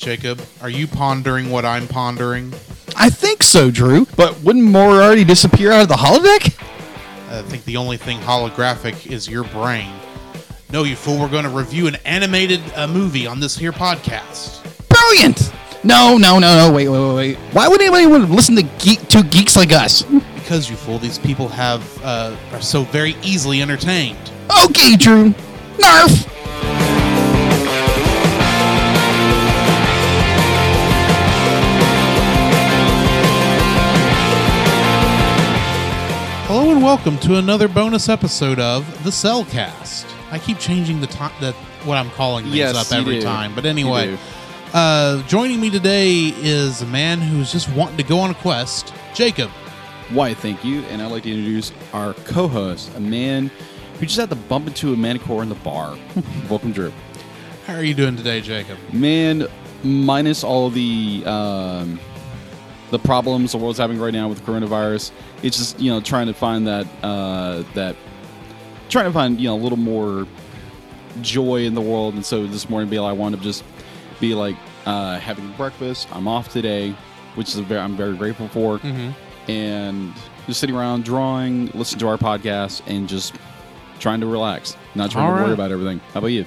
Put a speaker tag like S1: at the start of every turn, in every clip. S1: Jacob, are you pondering what I'm pondering?
S2: I think so, Drew. But wouldn't Moriarty disappear out of the holodeck?
S1: I think the only thing holographic is your brain. No, you fool, we're going to review an animated uh, movie on this here podcast.
S2: Brilliant! No, no, no, no. Wait, wait, wait, wait. Why would anybody want to listen to geek, two geeks like us?
S1: Because, you fool, these people have uh, are so very easily entertained.
S2: Okay, Drew. Nerf!
S1: Hello and welcome to another bonus episode of The Cellcast. I keep changing the time that what I'm calling these
S3: Yes,
S1: up
S3: you
S1: every
S3: do.
S1: time, but
S3: You
S1: anyway, uh, joining me today is a man who's just wanting to go on a quest, Jacob.
S3: Why, thank you. And I'd like to introduce our co host, a man who just had to bump into a manicure in the bar. Welcome, Drew.
S1: How are you doing today, Jacob?
S3: Man, minus all the. Um, the problems the world's having right now with coronavirus, it's just you know trying to find that uh, that trying to find you know a little more joy in the world. And so this morning, Bill, I wound up just be like uh, having breakfast. I'm off today, which is a very, I'm very grateful for. Mm-hmm. And just sitting around drawing, listening to our podcast, and just trying to relax, not trying
S1: All
S3: to
S1: right.
S3: worry about everything. How about you?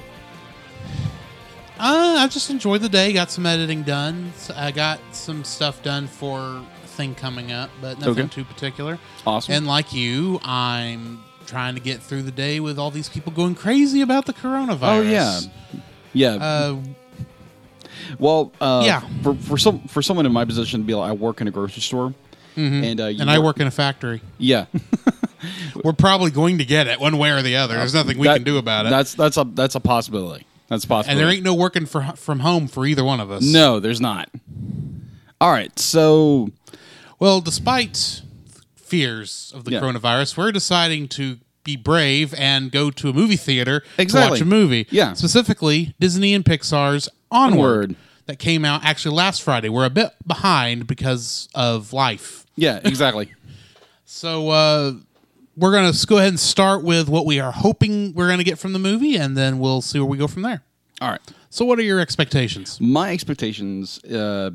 S1: Uh, I just enjoyed the day. Got some editing done. S- I got some stuff done for a thing coming up, but nothing
S3: Okay.
S1: too particular.
S3: Awesome.
S1: And like you, I'm trying to get through the day with all these people going crazy about the coronavirus.
S3: oh yeah, yeah.
S1: Uh,
S3: Well, uh,
S1: Yeah.
S3: For for some for someone in my position to be like, I work in a grocery store, and uh, you
S1: Mm-hmm. and I work in a factory.
S3: Yeah,
S1: We're probably going to get it one way or the other. There's nothing we
S3: Uh, That-
S1: can do about it.
S3: That's that's a that's a possibility. That's a possibility.
S1: And there ain't no working for, from home for either one of us.
S3: no, there's not. All right, so
S1: Well, despite fears of the
S3: Yeah.
S1: coronavirus, we're deciding to be brave and go to a movie theater
S3: Exactly.
S1: to watch a movie.
S3: Yeah.
S1: Specifically, Disney and Pixar's Onward,
S3: Onward.
S1: that came out actually last Friday. We're a bit behind because of life.
S3: yeah, exactly.
S1: So uh, we're going to go ahead and start with what we are hoping we're going to get from the movie, and then we'll see where we go from there.
S3: All right,
S1: So, what are your expectations?
S3: my expectations. Uh,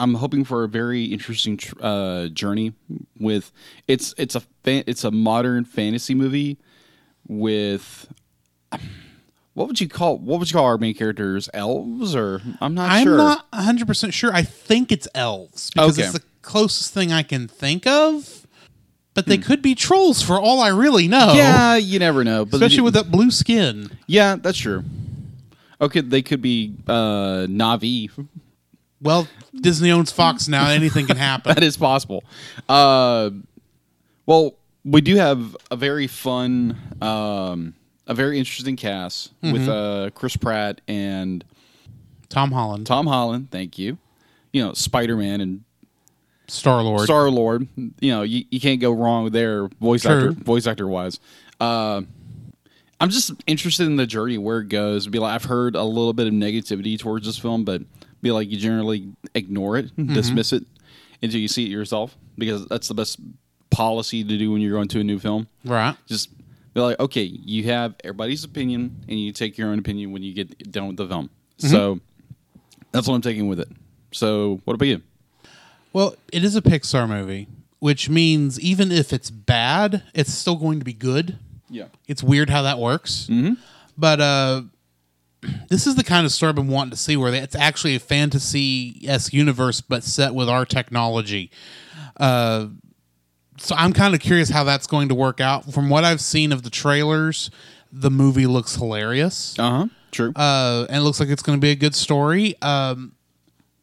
S3: I'm hoping for a very interesting tr- uh, journey with it's it's a fan, it's a modern fantasy movie with. What would you call what would you call our main characters? Elves or I'm not
S1: I'm
S3: sure.
S1: not 100% sure. I think it's elves because
S3: Okay.
S1: it's the closest thing I can think of. But they could be trolls for all I really know.
S3: Hmm. Yeah, you never know. But
S1: Especially with that blue skin.
S3: yeah, that's true. Okay, they could be uh, Navi.
S1: Well, Disney owns Fox now. Anything can happen.
S3: That is possible. Uh, well, we do have a very fun, um, a very interesting cast
S1: Mm-hmm.
S3: with uh, Chris Pratt and
S1: Tom Holland,
S3: Tom Holland. Thank you. You know, Spider Man and
S1: Star Lord.
S3: Star Lord. You know, you, you can't go wrong there, voice
S1: True.
S3: actor, voice actor wise. Uh, I'm just interested in the journey where it goes. Be like, I've heard a little bit of negativity towards this film, but be like, you generally ignore it,
S1: Mm-hmm.
S3: dismiss it until you see it yourself, because that's the best policy to do when you're going to a new film.
S1: right.
S3: Just be like, okay, you have everybody's opinion, and you take your own opinion when you get done with the film.
S1: Mm-hmm.
S3: So that's what I'm taking with it. So what about you?
S1: Well, it is a Pixar movie, which means even if it's bad, it's still going to be good.
S3: Yeah.
S1: It's weird how that works. Mm-hmm. But uh, this is the kind of story I've been wanting to see where it's actually a fantasy esque universe, but set with our technology. Uh, so I'm kind of curious how that's going to work out. From what I've seen of the trailers, the movie looks hilarious.
S3: Uh huh. True.
S1: Uh, and it looks like it's going to be a good story. Um,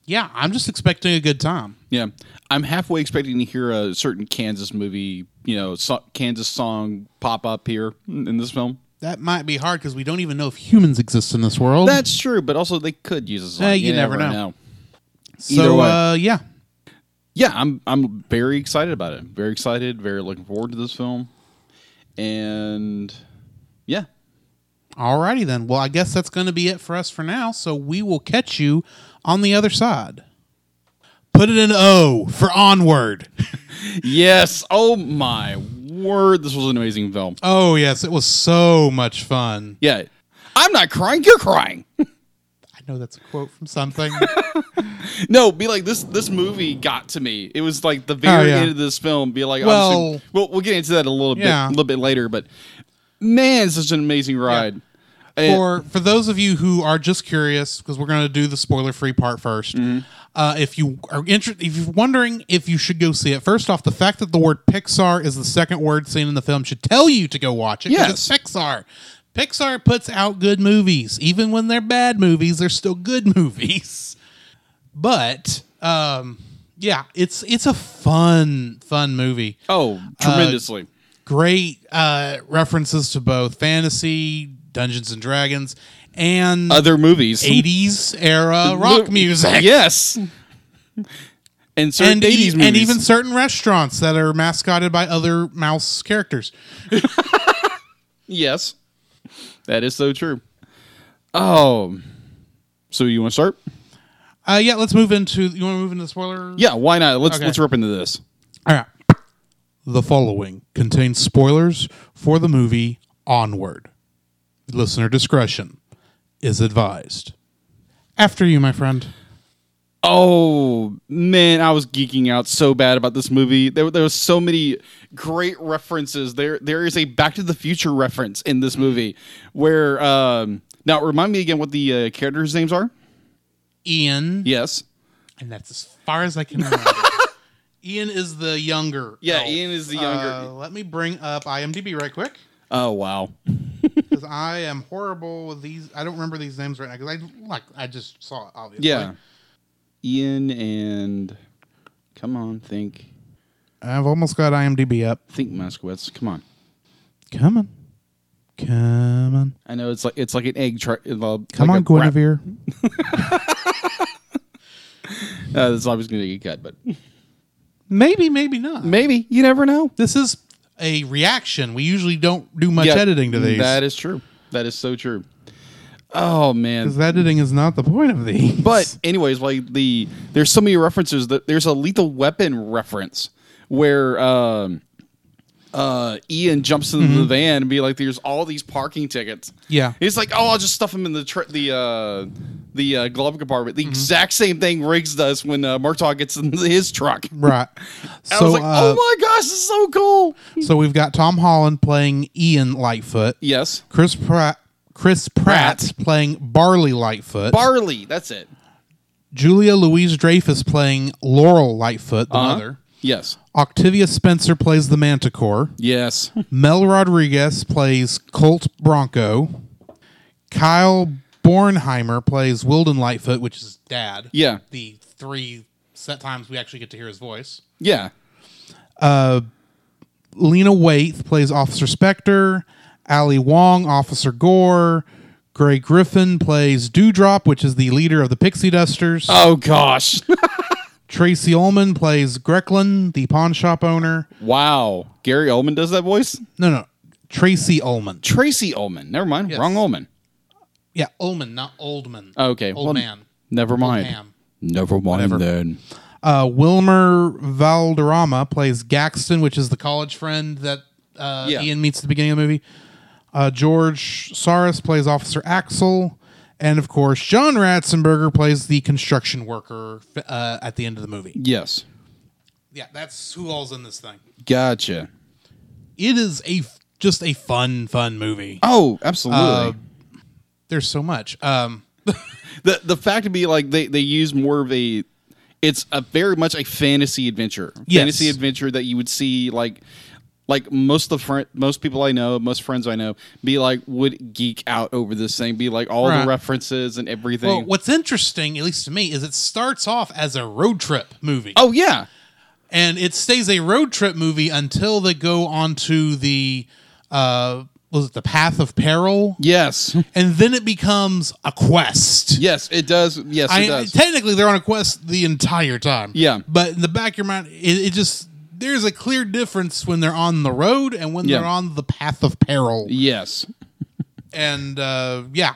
S1: yeah, I'm just expecting a good time.
S3: Yeah, I'm halfway expecting to hear a certain Kansas movie, you know, so- Kansas song pop up here in this film.
S1: That might be hard because we don't even know if humans exist in this world.
S3: That's true, but also they could use a song.
S1: Eh, you never know. so,
S3: either way.
S1: Uh, yeah.
S3: Yeah, I'm I'm very excited about it. Very excited. Very looking forward to this film. And yeah,
S1: Alrighty then. Well, I guess that's going to be it for us for now. So we will catch you on the other side. Put it in O for onward.
S3: yes. Oh my word, this was an amazing film.
S1: Oh yes, it was so much fun.
S3: Yeah, I'm not crying. You're crying.
S1: I know that's a quote from something.
S3: No, be like this. This movie got to me. It was like the very
S1: yeah.
S3: end of this film. Be like,
S1: Well-
S3: obviously- well, we'll get into that a little bit,
S1: Yeah.
S3: a little bit later. But man, it's such an amazing ride. And-
S1: for for those of you who are just curious, because we're going to do the spoiler free part 1st
S3: Mm-hmm.
S1: Uh, if you are interested, if you're wondering if you should go see it, first off, the fact that the word Pixar is the second word seen in the film should tell you to go watch it. 'cause it's
S3: Yes.
S1: Pixar. Pixar puts out good movies, even when they're bad movies, they're still good movies. But um, yeah, it's it's a fun fun movie
S3: oh, tremendously.
S1: great uh, references to both fantasy, Dungeons and Dragons, and
S3: Other movies,
S1: 80s era rock
S3: Mo-
S1: music.
S3: yes, and certain
S1: And,
S3: eighties
S1: e-
S3: movies,
S1: and even certain restaurants that are mascoted by other mouse characters.
S3: yes, that is so true. Oh, so you want to start?
S1: Uh, yeah, let's move into. You want to move into the spoiler?
S3: Yeah, why not? Let's
S1: Okay.
S3: let's rip into this.
S1: All right. The following contains spoilers for the movie Onward. Listener discretion is advised. After you, my friend.
S3: Oh man, I was geeking out so bad about this movie. There, there was so many great references. There, there is a Back to the Future reference in this movie, where um, now remind me again what the uh, characters' names are.
S1: Ian.
S3: Yes,
S1: and that's as far as I can remember. Ian is the younger.
S3: yeah,
S1: elf.
S3: Ian is the
S1: Uh,
S3: younger.
S1: let me bring up IMDb right quick
S3: oh wow,
S1: because I am horrible with these. I don't remember these names right now because I like I just saw it obviously.
S3: yeah, Ian and come on, think,
S1: I've almost got IMDb up.
S3: think, Moskowitz. Come on,
S1: Come on, come on,
S3: I know it's like it's like an egg. Tra- come
S1: come on, Guinevere.
S3: Uh, this is obviously gonna get cut, but
S1: Maybe, maybe not.
S3: maybe you never know.
S1: This is a reaction. We usually don't do much
S3: Yeah,
S1: editing to these.
S3: That is true. That is so true. Oh man.
S1: 'Cause editing is not the point of these.
S3: But anyways, like the there's so many references that there's a lethal weapon reference where um uh Ian jumps into the van and be like there's all these parking tickets.
S1: Mm-hmm. Yeah.
S3: He's like, "Oh, I'll just stuff them in the tr- the uh the uh, glove compartment."
S1: Mm-hmm.
S3: The exact same thing Riggs does when uh, Murtaugh gets in his truck.
S1: right. So
S3: I was like,
S1: uh,
S3: "Oh my gosh, this is so cool."
S1: So we've got Tom Holland playing Ian Lightfoot,
S3: Yes.
S1: Chris Pratt, Chris Pratt,
S3: Pratt.
S1: playing Barley Lightfoot,
S3: Barley, that's it.
S1: Julia Louise Dreyfus playing Laurel Lightfoot, the
S3: Uh-huh.
S1: mother.
S3: Yes.
S1: Octavia Spencer plays the Manticore.
S3: Yes.
S1: Mel Rodriguez plays Colt Bronco. Kyle Bornheimer plays Wilden Lightfoot, which is dad.
S3: Yeah.
S1: The three set times we actually get to hear his voice.
S3: Yeah.
S1: Lena Waithe plays Officer Spectre. Ali Wong, Officer Gore. Gray Griffin plays Dewdrop, which is the leader of the Pixie Dusters.
S3: Oh gosh.
S1: Tracy Ullman plays Grecklin, the pawn shop owner.
S3: wow. Gary Ullman does that voice?
S1: No, no, Tracy Ullman.
S3: Tracy Ullman. Never mind. Wrong Ullman.
S1: Yeah, Ullman, not Oldman.
S3: Okay.
S1: old
S3: well,
S1: man.
S3: Never mind.
S1: Ham.
S3: Never mind then.
S1: Uh, Wilmer Valderrama plays Gaxton, which is the college friend that uh,
S3: Yeah.
S1: Ian meets at the beginning of the movie. Uh, George Saris plays Officer Axel. And of course, John Ratzenberger plays the construction worker uh, at the end of the movie.
S3: Yes.
S1: Yeah, that's who all's in this thing.
S3: Gotcha.
S1: It is a f- just a fun, fun movie.
S3: Oh, absolutely.
S1: Uh, There's so much. Um,
S3: the the fact to be like they they use more of a it's a very much a fantasy adventure.
S1: Yes.
S3: Fantasy adventure that you would see like like most of the friend, most people I know, most friends I know, be like would geek out over this thing, be like all
S1: Right.
S3: the references and everything.
S1: well, what's interesting, at least to me, is it starts off as a road trip movie.
S3: oh yeah,
S1: and it stays a road trip movie until they go onto the uh was it the path of peril
S3: yes,
S1: and then it becomes a quest
S3: yes, it does. Yes, it
S1: I,
S3: does.
S1: technically they're on a quest the entire time
S3: Yeah.
S1: but in the back of your mind it, it just there's a clear difference when they're on the road and when
S3: Yeah.
S1: they're on the path of peril
S3: yes,
S1: and uh yeah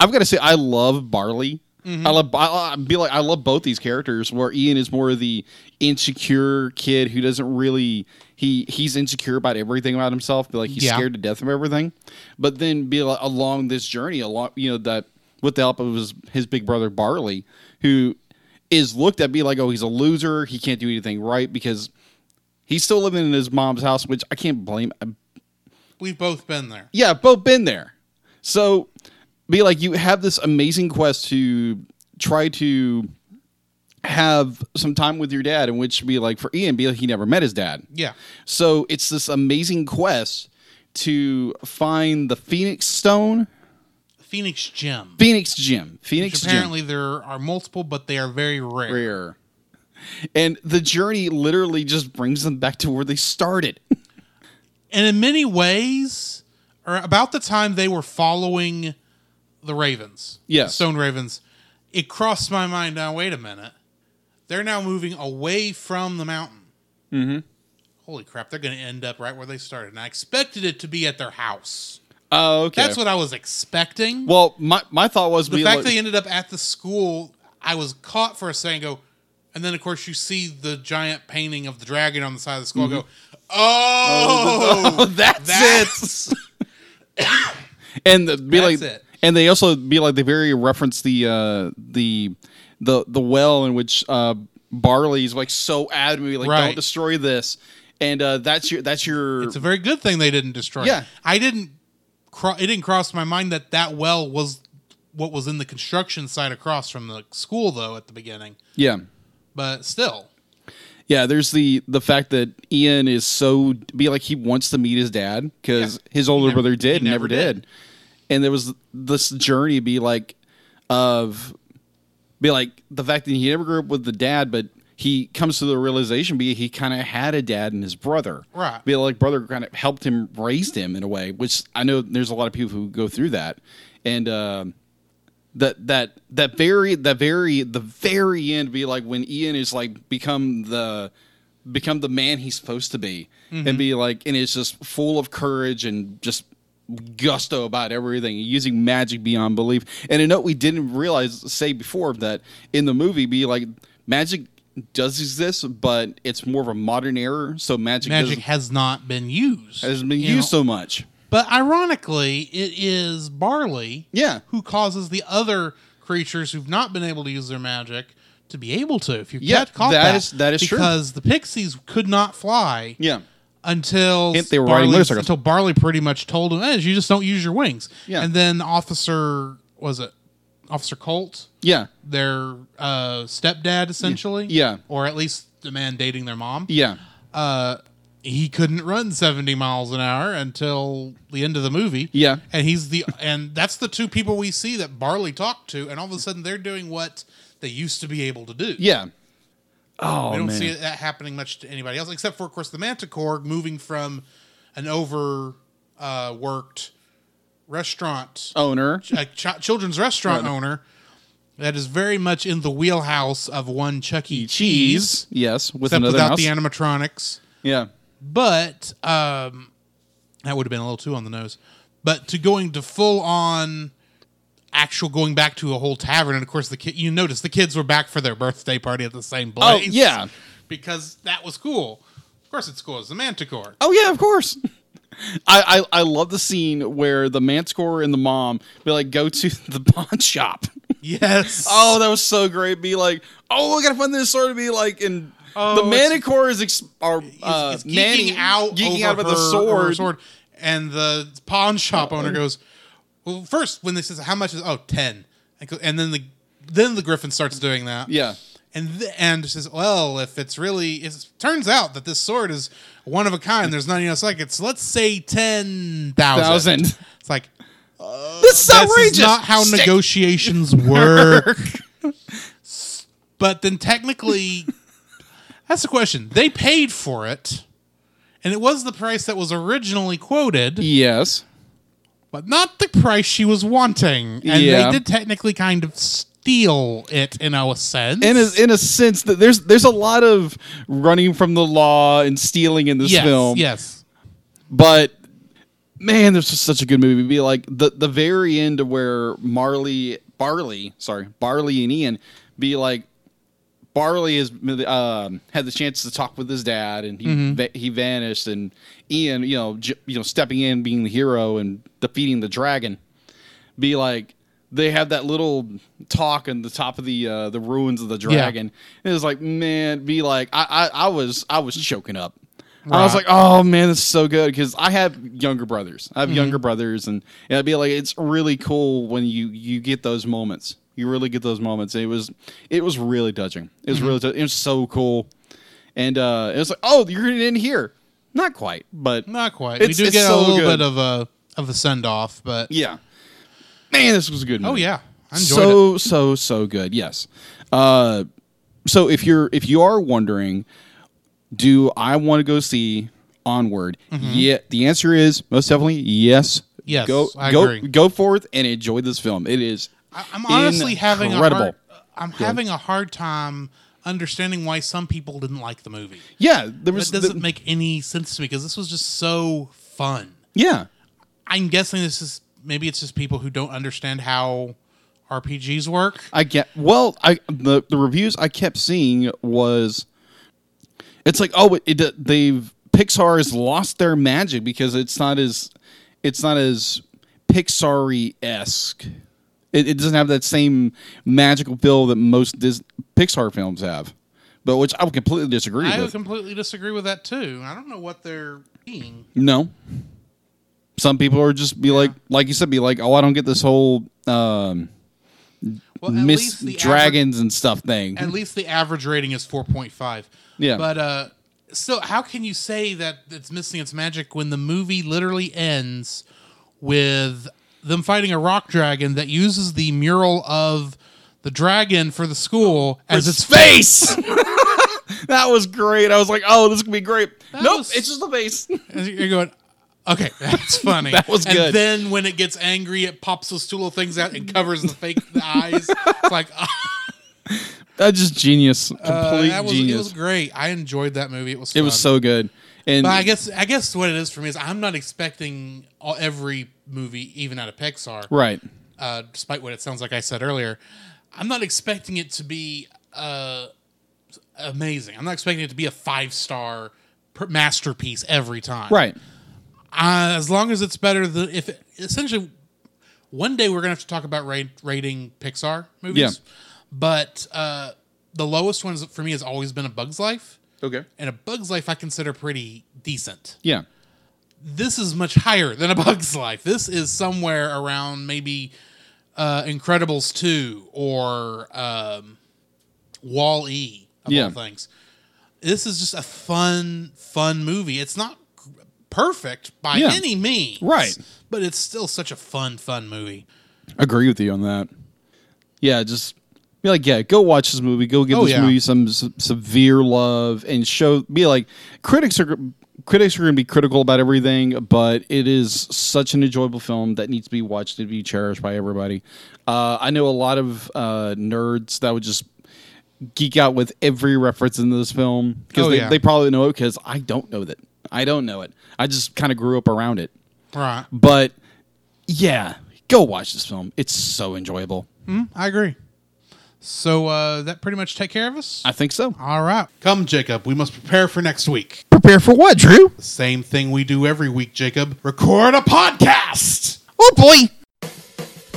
S3: I've got to say, I love Barley. I love. I, I be like, I love both these characters. Where Ian is more of the insecure kid who doesn't really he he's insecure about everything about himself. Be like he's
S1: Yeah.
S3: scared to death of everything. But then be like, along this journey, along you know that with the help of his, his big brother Barley, who is looked at me like, oh, he's a loser. He can't do anything right because he's still living in his mom's house, which I can't blame.
S1: We've both been there.
S3: Yeah, both been there. So be like, you have this amazing quest to try to have some time with your dad, and which be like for Ian, be like he never met his dad.
S1: Yeah.
S3: So it's this amazing quest to find the Phoenix Stone,
S1: Phoenix Gem.
S3: Phoenix Gem, Phoenix Gem.
S1: Apparently there are multiple, but they are very rare.
S3: Rare. And the journey literally just brings them back to where they started.
S1: And in many ways, or about the time they were following the Ravens,
S3: Yes.
S1: Stone Ravens, it crossed my mind. Now wait a minute, they're now moving away from the mountain. Mm-hmm. Holy crap! They're going to end up right where they started. And I expected it to be at their house.
S3: Oh, okay.
S1: That's what I was expecting.
S3: Well, my, my thought was
S1: the
S3: we
S1: fact
S3: look-
S1: they ended up at the school, I was caught for a second. Go, and then of course you see the giant painting of the dragon on the side of the school. I Go, oh,
S3: Mm-hmm. Oh, that's,
S1: that's-
S3: it. and the, be
S1: That's
S3: like,
S1: it.
S3: and they also be like they very reference the uh, the the the well in which uh, Barley is like so adamantly like
S1: Right.
S3: don't destroy this, and uh, that's your that's your
S1: It's a very good thing they didn't destroy. it.
S3: Yeah.
S1: I didn't. Cro- it didn't cross my mind that that well was what was in the construction site across from the school, though, at the beginning.
S3: yeah
S1: But still,
S3: yeah. There's the the fact that Ian is so be like he wants to meet his dad because his older brother did and
S1: never
S3: never did.
S1: did.
S3: and there was this journey be like of be like the fact that he never grew up with the dad, but he comes to the realization be he kind of had a dad and his brother.
S1: Right.
S3: Be like brother kind of helped him raised him in a way, which I know there's a lot of people who go through that. And um that that that very that very the very end be like when Ian is like become the become the man he's supposed to be
S1: Mm-hmm.
S3: and be like and it's just full of courage and just gusto about everything using magic beyond belief and a note we didn't realize say before that in the movie be like magic does exist but it's more of a modern era so magic,
S1: magic
S3: magic
S1: has not been used.
S3: hasn't been
S1: you know?
S3: used so much
S1: But ironically, it is Barley
S3: Yeah.
S1: who causes the other creatures who've not been able to use their magic to be able to. If you
S3: Yeah,
S1: cat- caught
S3: that
S1: that,
S3: is- that is true.
S1: because the pixies could not fly.
S3: yeah
S1: until
S3: And they were riding
S1: Barley,
S3: motorcycles.
S1: until Barley pretty much told him, "Hey, you just don't use your wings."
S3: Yeah.
S1: And then Officer was it Officer Colt,
S3: yeah
S1: their uh, stepdad essentially,
S3: Yeah.
S1: or at least the man dating their mom.
S3: yeah
S1: He couldn't run seventy miles an hour until the end of the movie.
S3: Yeah.
S1: and he's the and that's the two people we see that Barley talked to, and all of a sudden they're doing what they used to be able to do.
S3: yeah oh
S1: We don't
S3: man
S1: see that happening much to anybody else, except for, of course, the Manticore moving from an over uh, worked restaurant,
S3: owner
S1: a ch- children's restaurant owner that is very much in the wheelhouse of one Chuck E. Cheese,
S3: yes with
S1: except
S3: another
S1: without
S3: mouse.
S1: the animatronics.
S3: yeah
S1: But um, that would have been a little too on the nose. But to going to full on actual going back to a whole tavern, and of course the kid, you notice the kids were back for their birthday party at the same
S3: oh
S1: place
S3: yeah
S1: because that was cool. Of course, it's cool as the Manticore.
S3: Oh yeah, of course. I, I I love the scene where the manticore and the mom be like go to the pawn shop.
S1: Yes.
S3: Oh, that was so great. Be like, oh, I gotta find this sword to be like, and the
S1: Oh, it's-
S3: manticore is ex- our uh,
S1: he's, he's
S3: nanny
S1: geeking out,
S3: geeking
S1: over
S3: out about
S1: her-
S3: the
S1: over her
S3: sword.
S1: sword, and the pawn shop owner goes, "Well, first when they says how much is oh 10. And go- and then the then the Griffin starts doing that.
S3: Yeah,
S1: And th- and says, well, if it's really, it turns out that this sword is one of a kind. There's nothing else like it. So let's say ten thousand.
S3: Thousand.
S1: It's like
S3: this is outrageous.
S1: This is not how
S3: Stick.
S1: negotiations work. S- but then technically, that's the question. They paid for it, and it was the price that was originally quoted,
S3: Yes.
S1: but not the price she was wanting. And
S3: Yeah.
S1: they did technically kind of steal it in a sense.
S3: In a, in a sense that there's there's a lot of running from the law and stealing in this
S1: yes,
S3: film.
S1: yes.
S3: but man, this was such a good movie. Be like the the very end of where Marley, Barley, sorry, Barley and Ian be like. Barley has um, had the chance to talk with his dad, and he va- he vanished. And Ian, you know, j- you know, stepping in, being the hero, and defeating the dragon. Be like, they have that little talk on the top of the uh, the ruins of the dragon. And it's like, man, be like, I I, I was I was choking up. I was
S1: Right.
S3: like, oh man, this is so good because I have younger brothers.
S1: Mm-hmm.
S3: I have younger brothers, and, and I'd be like, it's really cool when you you get those moments. You really get those moments. It was it was really touching. It
S1: Mm-hmm.
S3: was really tou- it was so cool, and uh, it was like, oh, you're in here. Not quite, but
S1: Not quite.
S3: It's-
S1: we do
S3: it's
S1: get
S3: so
S1: a little
S3: good.
S1: bit of a of a send off, but
S3: yeah. Man, this was a good.
S1: oh
S3: movie.
S1: yeah, I enjoyed it.
S3: so so so good. Yes. Uh, so if you're if you are wondering, do I want to go see Onward? Yeah, the answer is most definitely yes.
S1: Mm-hmm. Yes,
S3: go
S1: I
S3: go
S1: agree.
S3: go forth and enjoy this film. It is.
S1: I- I'm honestly having a
S3: incredible.
S1: hard, I'm having a hard time understanding why some people didn't like the movie.
S3: Yeah, there was
S1: That
S3: the-
S1: doesn't make any sense to me because this was just so fun.
S3: yeah.
S1: I'm guessing this is maybe it's just people who don't understand how RPGs work.
S3: I get well. I the, the reviews I kept seeing was, it's like oh, it, it, they've Pixar has lost their magic because it's not as, it's not as Pixar esque. It, it doesn't have that same magical feel that most Dis- Pixar films have, but which I would completely disagree
S1: I would
S3: with.
S1: completely disagree with that too. I don't know what they're being.
S3: no, some people are just be like, like you said, be like, oh, I don't get this whole um,
S1: Well, at
S3: Miss
S1: least the aver-
S3: Dragons and stuff thing.
S1: at least the average rating is 4.5
S3: Yeah.
S1: but uh so how can you say that it's missing its magic when the movie literally ends with them fighting a rock dragon that uses the mural of the dragon for the school as its face
S3: face. that was great. I was like, oh, this could be great. nope,
S1: was-
S3: it's just the face.
S1: you're going okay that's funny
S3: That was
S1: and
S3: good.
S1: then when it gets angry it pops those two little things out and covers the fake the eyes it's like
S3: That's just genius. Complete
S1: uh, that was, it
S3: genius.
S1: was great i enjoyed that movie it was fun.
S3: it was so good. And
S1: But I guess I guess what it is for me is I'm not expecting all, every movie, even out of Pixar,
S3: right.
S1: uh, despite what it sounds like I said earlier. I'm not expecting it to be uh, amazing. I'm not expecting it to be a five star masterpiece every time.
S3: Right.
S1: Uh, as long as it's better than if essentially one day we're gonna have to talk about ra- rating Pixar movies.
S3: Yeah.
S1: But uh, the lowest one is- for me has always been A Bug's Life,
S3: Okay.
S1: and A Bug's Life I consider pretty decent
S3: Yeah.
S1: this is much higher than a bug's life this is somewhere around maybe uh incredibles 2 or um wall e of
S3: Yeah.
S1: all things this is just a fun fun movie it's not g- perfect by
S3: Yeah.
S1: any means
S3: Right.
S1: but it's still such a fun fun movie
S3: Agree with you on that. Yeah, just be like, yeah, go watch this movie. Go give
S1: Oh,
S3: this
S1: yeah.
S3: movie some s- severe love and show. Be like, critics are critics are going to be critical about everything, but it is such an enjoyable film that needs to be watched to be cherished by everybody. Uh, I know a lot of uh, nerds that would just geek out with every reference in this film because
S1: Oh,
S3: they,
S1: yeah.
S3: they probably know it because I don't know that. I don't know it. I just kind of grew up around it.
S1: right
S3: But yeah, go watch this film. It's so enjoyable.
S1: i agree so uh that pretty much take care of us
S3: I think so.
S1: all right come jacob we must prepare for next week
S2: Prepare for what, Drew?
S1: the same thing we do every week jacob record a podcast
S2: Oh boy.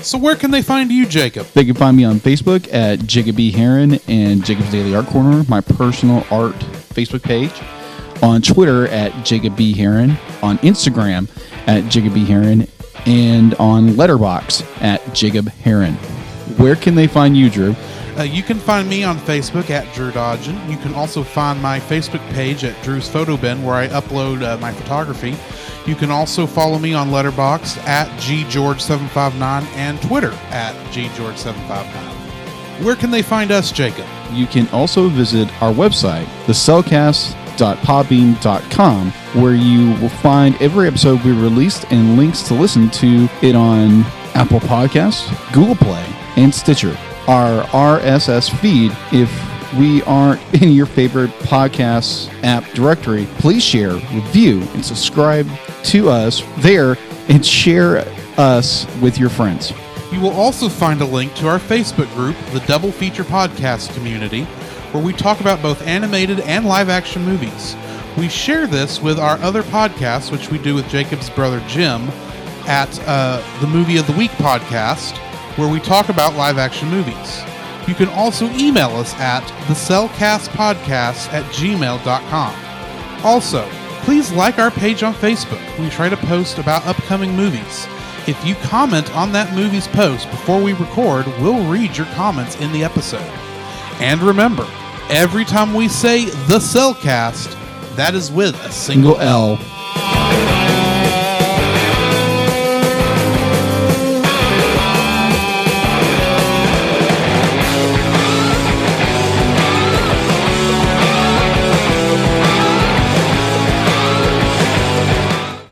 S1: So where can they find you, Jacob?
S3: They can find me on Facebook at Jacob B. Heron and Jacob's Daily Art Corner, my personal art Facebook page. On Twitter at Jacob B. Heron. On Instagram at Jacob B. Heron. And on Letterbox at Jacob Heron. Where can they find you, Drew?
S1: Uh, you can find me on Facebook at Drew Dodgen. You can also find my Facebook page at Drew's Photo Bin, where I upload uh, my photography. You can also follow me on Letterboxd at ggeorge759 and Twitter at ggeorge759. Where can they find us, Jacob?
S3: You can also visit our website, thecellcast.podbean.com, where you will find every episode we released and links to listen to it on Apple Podcasts, Google Play, and Stitcher. Our RSS feed, if we aren't in your favorite podcast app directory, please share, review, and subscribe to us there and share us with your friends.
S1: You will also find a link to our Facebook group, the Double Feature Podcast Community, where we talk about both animated and live action movies. We share this with our other podcasts, which we do with Jacob's brother Jim at uh, the Movie of the Week podcast, where we talk about live action movies. You can also email us at thecellcastpodcast at gmail.com. Also, please like our page on Facebook. We try to post about upcoming movies. If you comment on that movie's post before we record, we'll read your comments in the episode. And remember, every time we say the Cellcast, that is with a single L.